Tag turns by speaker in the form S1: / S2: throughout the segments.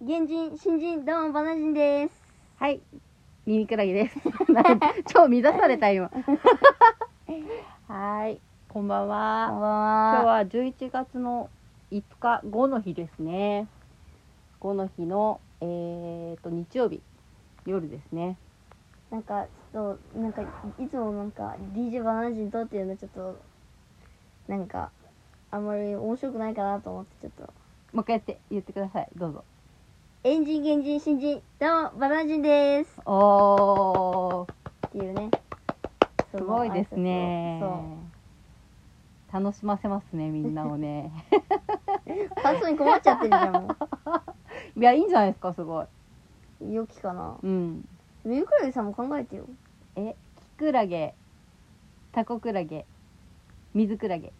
S1: 現人新人どうもバナジンです
S2: はい、耳クラゲです。 なんか超乱された 今。はい、こんばん
S1: こん
S2: は。
S1: ばん
S2: 今
S1: は
S2: 日は11月の5日、5の日ですね。5の日の、えー、と日曜日、夜ですね。
S1: なんかちょっとなんかいつもなんか DJ バナジンとっていうのちょっとなんかあんまり面白くないかなと思ってちょっと
S2: もう一回やって、言ってください。どうぞ。
S1: エンジン現人新人どうもバナジンです
S2: おー、
S1: っていうねそ
S2: す
S1: の
S2: ごいですね
S1: 挨拶を。
S2: 楽しませますね、みんなをね。
S1: そう発音に困っちゃってるじゃんも
S2: いや、いいんじゃないですか、すごい。
S1: う良きかな
S2: うん。
S1: ミルクラゲさんも考えてよ
S2: えキクラゲタコクラゲ水クラゲ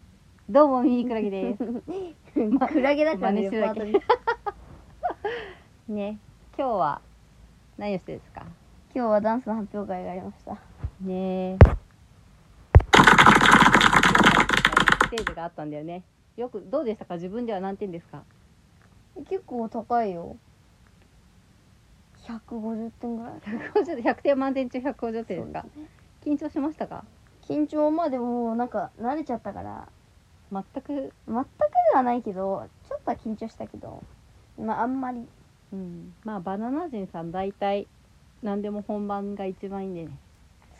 S2: どうもミニクラゲです
S1: クラゲだから
S2: 真
S1: ね
S2: 似してるだ
S1: パ
S2: け
S1: ートに
S2: ね今日は何をしてですか
S1: 今日はダンスの発表会がありました
S2: ねえステージがあったんだよねよくどうでしたか自分では何点ですか
S1: 結構高いよ150点ぐらい
S2: 150 100点満点中150点ですか緊張しましたか
S1: 緊張まあでももうなんか慣れちゃったから
S2: 全く
S1: 全くではないけどちょっとは緊張したけどまああんまり
S2: うんまあバナナ人さん大体何でも本番が一番いいんでね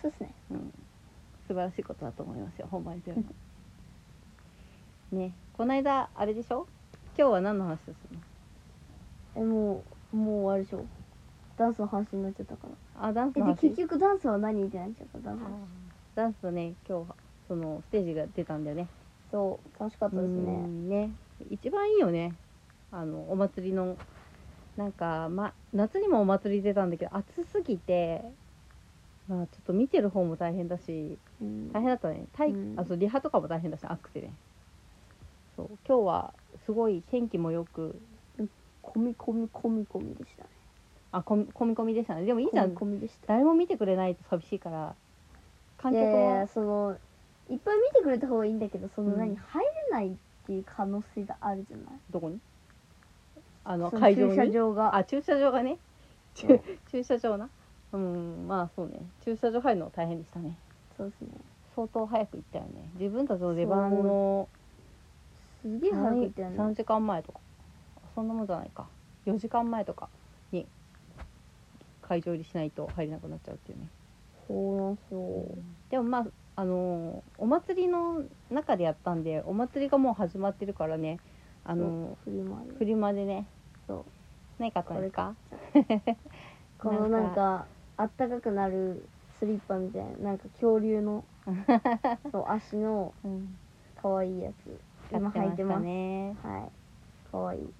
S1: そうですね
S2: うん、素晴らしいことだと思いますよ本番でもねこの間あれでしょ今日は何の話をするの
S1: えもうもうあれでしょダンスの話になっちゃったから
S2: あダンス
S1: え
S2: の
S1: で
S2: 話
S1: 結局ダンスは何ってなっちゃったダンスの話
S2: ダンスとね今日はそのステージが出たんだよね
S1: そう楽しかったです
S2: う
S1: ね
S2: んね一番いいよねあのお祭りのなんか、ま、夏にもお祭り出たんだけど暑すぎてまあちょっと見てる方も大変だし
S1: うん
S2: 大変だったね体、
S1: うん
S2: あそうリハとかも大変だし暑くてねそう今日はすごい天気もよく
S1: 込み込み込み込みでしたね
S2: あこみ込み込みでしたねでもいいじ
S1: 込
S2: ゃん
S1: み込みでした
S2: 誰も見てくれないと寂しいから観
S1: い
S2: 客
S1: やいやい
S2: も
S1: やそのいっぱい見てくれた方がいいんだけどその
S2: うん
S1: 何、入れないっていう可能性があるじゃない
S2: どこにあの
S1: その
S2: 会場
S1: 駐車
S2: に
S1: 場が
S2: あ駐車場がね
S1: そ
S2: 駐
S1: う
S2: 駐車場なうんまあそうね駐車場入るの大変でしたね
S1: そうですね
S2: 相当早く行ったよね自分たちの出番の
S1: すげえ早く行ったよ
S2: 3
S1: ね
S2: 時間前とかそんなもんじゃないか4時間前とかに会場入りしないと入れなくなっちゃうっていうね
S1: そうなんですよ
S2: でもまああのーお祭りの中でやったんでお祭りがもう始まってるからねあの
S1: フリマ
S2: ーフリマでね
S1: そう
S2: 何買ったんですか
S1: このなんかあったかくなるスリッパみたいななんか恐竜のそう足の
S2: うん
S1: 可愛いやつ今履いてます、
S2: ね
S1: はい可愛い
S2: うん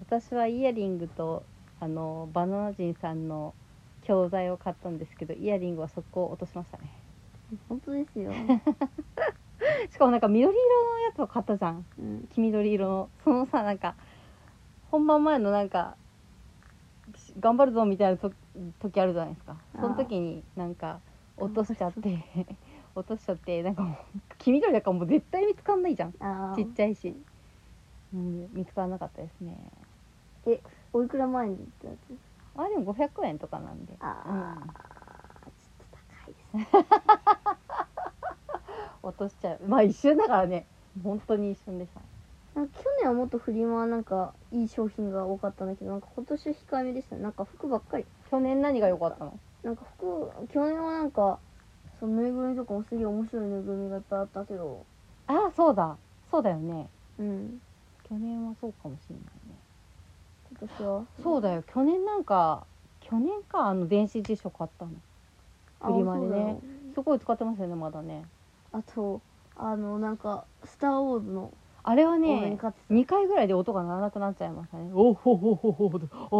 S2: 私はイヤリングとあのーバナナ人さんの教材を買ったんですけどイヤリングは速攻落としましたね
S1: 本当ですよ、
S2: しかもなんか緑色のやつを買ったじゃん
S1: うん、
S2: 黄緑色のそのさなんか本番前のなんかし頑張るぞみたいなと時あるじゃないですか
S1: あー
S2: その時になんか落としちゃって落としちゃってなんかもう黄緑だからもう絶対見つかんないじゃん
S1: ああ
S2: ちっちゃいし、うん、見つからなかったですね
S1: おいくら前に行ったやつ
S2: あでも500円とかなんで
S1: あ
S2: うん
S1: あちょっと高いですね
S2: 落としちゃうまあ一瞬だからね本当に一瞬でした
S1: なんか去年はもっとフリマはなんかいい商品が多かったんだけどなんか今年は控えめでしたねなんか服ばっかり
S2: 去年何が良かったの
S1: なんか服去年はなんかそのぬいぐるみとかもすげえ面白いぬいぐるみがいっぱいあったけど
S2: ああそうだそうだよね
S1: うん
S2: 去年はそうかもしれないね
S1: 今年は
S2: そうだよ去年なんか去年かあの電子辞書買ったの
S1: あ
S2: フリマでね
S1: そうだよ
S2: すごい使ってますよねまだね
S1: あとあのなんか「スター・ウォーズ」の
S2: あれは
S1: 応援
S2: ね
S1: 買ってた、
S2: 2回ぐらいで音が鳴らなくなっちゃいましたね「おほほほほほ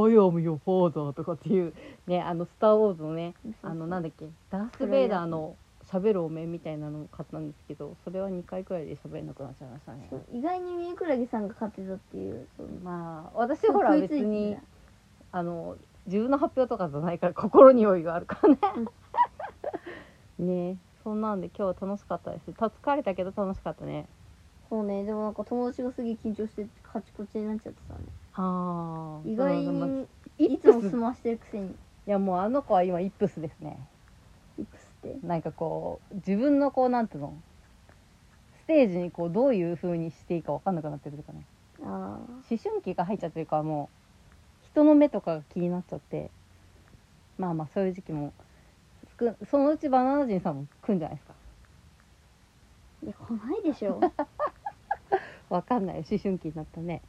S2: I am your father」とかっていうねあの「スター・ウォーズ」のねあのなん
S1: だ
S2: だっけダース・ベイダーの喋るお面みたいなのを買ったんですけどそれは2回ぐらいで喋れなくなっちゃいましたね
S1: 意外にミニクラゲさんが買ってたっていうその
S2: まあ私ほら
S1: 食いつい
S2: 別
S1: て
S2: にあの自分の発表とかじゃないから心に余裕があるからね。 ねえそんなんで今日は楽しかったです。た疲れたけど楽しかったね。
S1: そうねでもなんか友達がすげえ緊張してカチコチになっちゃってたね
S2: あー
S1: 意外
S2: そうなんだまあ
S1: に
S2: イ
S1: い
S2: ッ
S1: つ
S2: プ
S1: も
S2: ス
S1: 済ましてるくせに
S2: いやもうあの子は今イップスですね
S1: イップスって
S2: なんかこう自分のこうなんていうのステージにこうどういう風にしていいか分かんなくなってるというかね
S1: あ
S2: 思春期が入っちゃってるからもう人の目とかが気になっちゃってまあまあそういう時期も少そのうちバナナ人さんも来るんじゃないですか
S1: あいや来ないで しょ
S2: 分かんないよ思春期になったね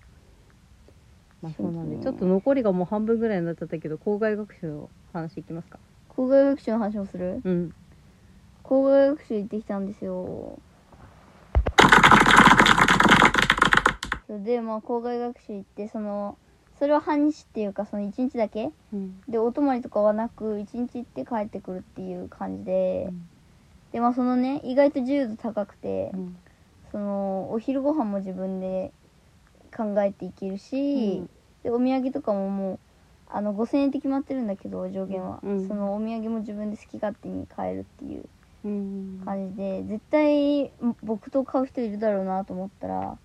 S2: まあそうなんで、
S1: 思春期ね
S2: ちょっと残りがもう半分ぐらいになっちゃったけど校外学習の話いきますか
S1: 校外学習の話もする
S2: うん
S1: 校外学習行ってきたんですよそれでまあ校外学習行ってそのそれは半日っていうかその1日だけ
S2: うん
S1: でお泊まりとかはなく1日行って帰ってくるっていう感じで、でまあそのね意外と自由度高くて、
S2: うん
S1: そのお昼ご飯も自分で考えていけるし、
S2: うん
S1: でお土産とかももうあの5,000円って決まってるんだけど上限は、
S2: うん
S1: そのお土産も自分で好き勝手に買えるっていう
S2: うん
S1: 感じで絶対僕と買う人いるだろうなと思ったら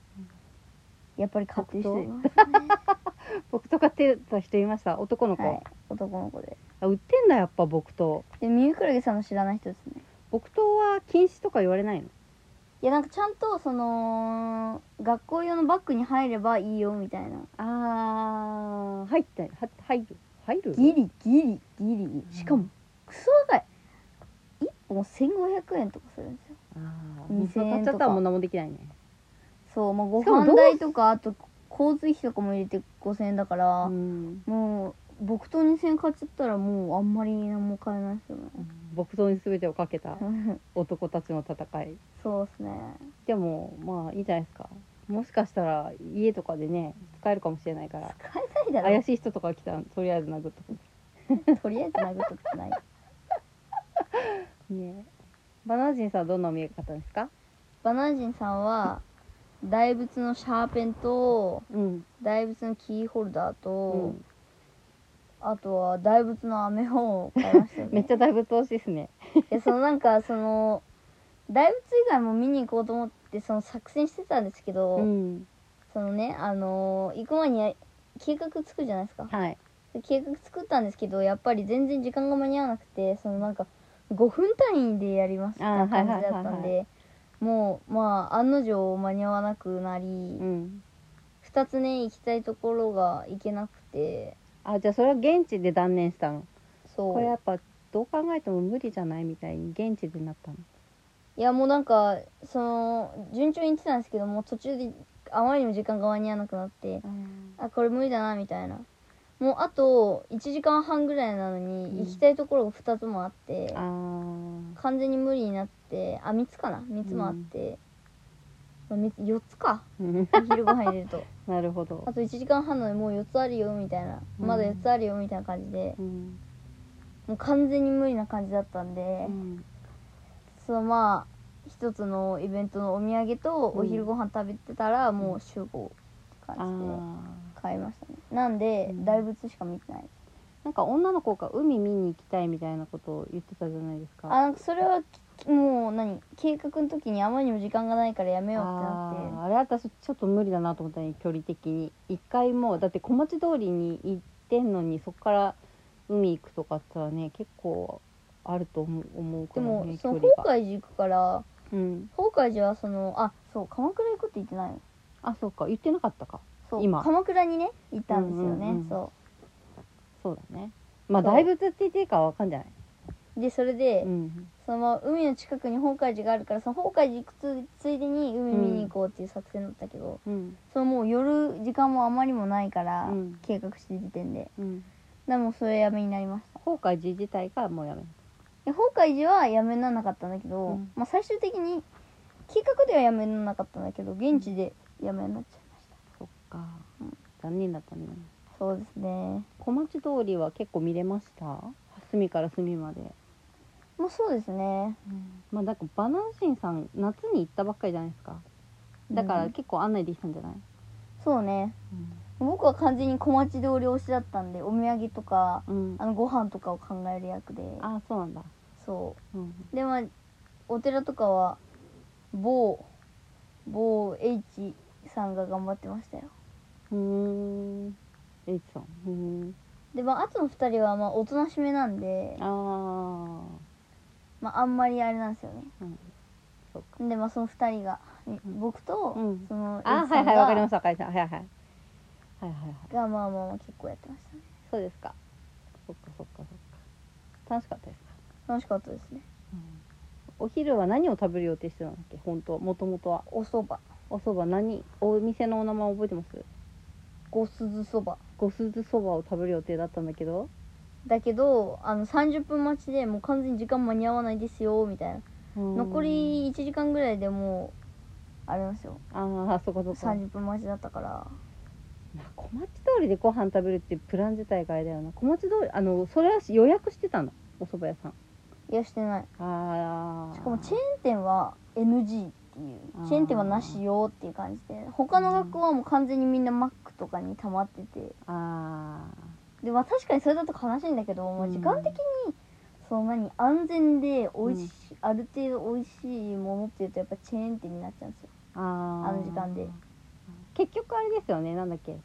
S1: やっぱり買ってる人いますね、
S2: 僕とかってた人いました男の子、
S1: はい、男の子で
S2: あ売ってんだやっぱ僕と
S1: で三倉さんの知らない人ですね
S2: 僕とは禁止とか言われないの
S1: いやなんかちゃんとその学校用のバッグに入ればいいよみたいな
S2: あー入っては入る入る
S1: ギリギリギリしかもクソ高い1本1500円とかするんですよ
S2: あー
S1: 2000
S2: そう買っちゃったらもう何もできないね
S1: そうまあご
S2: しかも
S1: 飯
S2: どう
S1: 代とかあと交通費とかも入れて5000円だから、
S2: うん
S1: もう僕と2000円買っちゃったらもうあんまり何も買えないですよ
S2: 僕とに全てをかけた
S1: ね
S2: 男たちの戦い
S1: そうですね
S2: でもまあいいじゃないですかもしかしたら家とかでね使えるかもしれないから
S1: 使えないだろ
S2: 怪しい人とか来たらとりあえず殴っとく
S1: とりあえず殴っとくない
S2: ねバナナ人さんはどんなお見え方ですか
S1: バナナ人さんは大仏のシャーペンと
S2: うん
S1: 大仏のキーホルダーと、
S2: うん
S1: あとは大仏の飴を買いましたよね
S2: めっちゃ大仏推しですね
S1: でそのなんかその大仏以外も見に行こうと思ってその作戦してたんですけど、
S2: うん
S1: そのねあのー行く前にや計画つくじゃないですか
S2: はい
S1: で計画作ったんですけどやっぱり全然時間が間に合わなくてそのなんか5分単位でやりますみたいな感じだった
S2: あーはいは
S1: ん
S2: いはい
S1: でもうまあ案の定間に合わなくなり、
S2: うん
S1: 2つね行きたいところが行けなくて
S2: あじゃあそれは現地で断念したの
S1: そう
S2: これやっぱどう考えても無理じゃないみたいに現地でなったの
S1: いやもうなんかその順調に行ってたんですけどもう途中であまりにも時間が間に合わなくなってあこれ無理だなみたいなもうあと1時間半ぐらいなのに、
S2: うん
S1: 行きたいところが2つもあって
S2: あー
S1: 完全に無理になってあ3つかな3つもあって、まあみ4つか
S2: うん
S1: お昼ご飯入れると
S2: なるほど
S1: あ、と1時間半なのにもう4つあるよみたいな
S2: うん
S1: まだ4つあるよみたいな感じで
S2: うん
S1: もう完全に無理な感じだったんで、
S2: うん
S1: そのまあ一つのイベントのお土産と
S2: うん
S1: お昼ご飯食べてたらもう集合って
S2: あ
S1: 感
S2: ー
S1: じで買いましたねなんで、
S2: うん
S1: 大仏しか見てない
S2: なんか女の子が海見に行きたいみたいなことを言ってたじゃないです
S1: あ
S2: か。
S1: なんかそれはきもう何計画の時にあまりにも時間がないからやめようって
S2: あ
S1: な
S2: ーあれ私ちょっと無理だなと思ったね距離的に一回もうだって小町通りに行ってんのにそこから海行くとかってはね結構あると思う思う
S1: っ
S2: か
S1: てで
S2: ら
S1: も
S2: ね
S1: その
S2: 距離が
S1: 崩壊寺行くから
S2: うん
S1: 崩壊寺はそのあそう鎌倉行くって言ってないの
S2: あそうか言ってなかったか
S1: そう
S2: 今
S1: 鎌倉にね行ったんですよね、
S2: うんうんうん
S1: そ
S2: そうだねまあ
S1: そう
S2: 大仏って言っていいかはわかんじゃないう
S1: でそれで、
S2: うん
S1: その海の近くに崩壊寺があるからその崩壊寺行くつついでに海見に行こうっていう作戦だったけど、
S2: うん
S1: そのもう夜時間もあまりもないから、
S2: うん
S1: 計画して時点で
S2: うん
S1: でもそれやめになりました
S2: 後悔寺自体がもうやめ
S1: で崩壊時はやめにならなかったんだけど、
S2: うん
S1: まあ最終的に計画ではやめにならなかったんだけど現地でやめになっちゃいました
S2: そっか、
S1: うん
S2: 残念だったね
S1: そうですね
S2: 小町通りは結構見れました隅から隅まで、
S1: もうそうですね
S2: まあなんかバナナ人さん夏に行ったばっかりじゃないですかだか
S1: う
S2: ら
S1: ん
S2: 結構案内できたんじゃない、
S1: そうね僕は完全に小町通り推しだったんでお土産とか
S2: うん
S1: あのご飯とかを考える役で
S2: ああそうなんだ、
S1: そ
S2: うん、
S1: うでまあお寺とかは某某 H さんが頑張ってましたよ
S2: あうーん。エイチさん。うーん。
S1: でまああとの2人はまあおとなしめなんで
S2: ああ。
S1: まああんまりあれなんですよね
S2: うん。そうか。
S1: でまあその2人がに
S2: うん
S1: 僕と、
S2: うん
S1: その
S2: あ
S1: エイジ
S2: は
S1: さ
S2: い
S1: ん
S2: はいわかりまし
S1: が
S2: たわかりましたはいはいはいはいはいはい
S1: がまあまあまあ結構やってましたね
S2: そうですかそっかそっかそっか楽しかったですか、
S1: 楽しかったですね
S2: お昼は何を食べる予定してたんだっけ本当もともとは
S1: おそば
S2: おそば何お店のお名前覚えてます
S1: ごすずそば
S2: ごすずそばを食べる予定だったんだけど
S1: だけどあの30分待ちでもう完全に時間間に合わないですよみたいな残り1時間ぐらいでもうあれなんですよ
S2: ああそこそこ
S1: 30分待ちだったから
S2: まあ、小町通りでご飯食べるっていうプラン自体があれだよな小町通りあのそれは予約してたのおそば屋さん
S1: いやしてない
S2: ああ
S1: しかもチェーン店は NG っていう
S2: あー
S1: チェーン店はなしよっていう感じで他の学校はもう完全にみんなマックとかに溜まってて
S2: ああ
S1: でまあ確かにそれだと悲しいんだけど、まあ、時間的にその何安全で美味しい、ある程度美味しいものっていうとやっぱチェーン店になっちゃうんですよ
S2: あ
S1: あ
S2: あ
S1: の時間で
S2: 結局あれですよねなんだっけ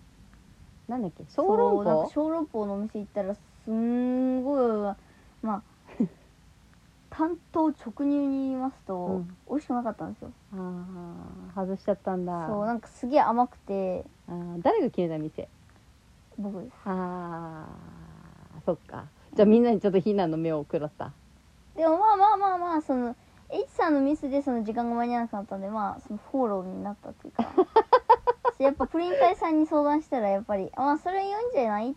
S2: なんだっけ小籠
S1: そうなんか
S2: 包
S1: 小籠包のお店行ったらすんごいま あ担当直入に言いますと、
S2: うん
S1: 美味しくなかったんですよ
S2: ああ外しちゃったんだ
S1: そうなんかすげえ甘くて
S2: あー誰が決めた店
S1: 僕です
S2: ああそっかじゃあみんなにちょっと非難の目を食らった
S1: でもまあまあまあまあその H さんのミスでその時間が間に合わなくなったんでまあそのフォローにな ったっていうかそうやっぱプリン体さんに相談したらやっぱり「あまあそれ良いんじゃない?」って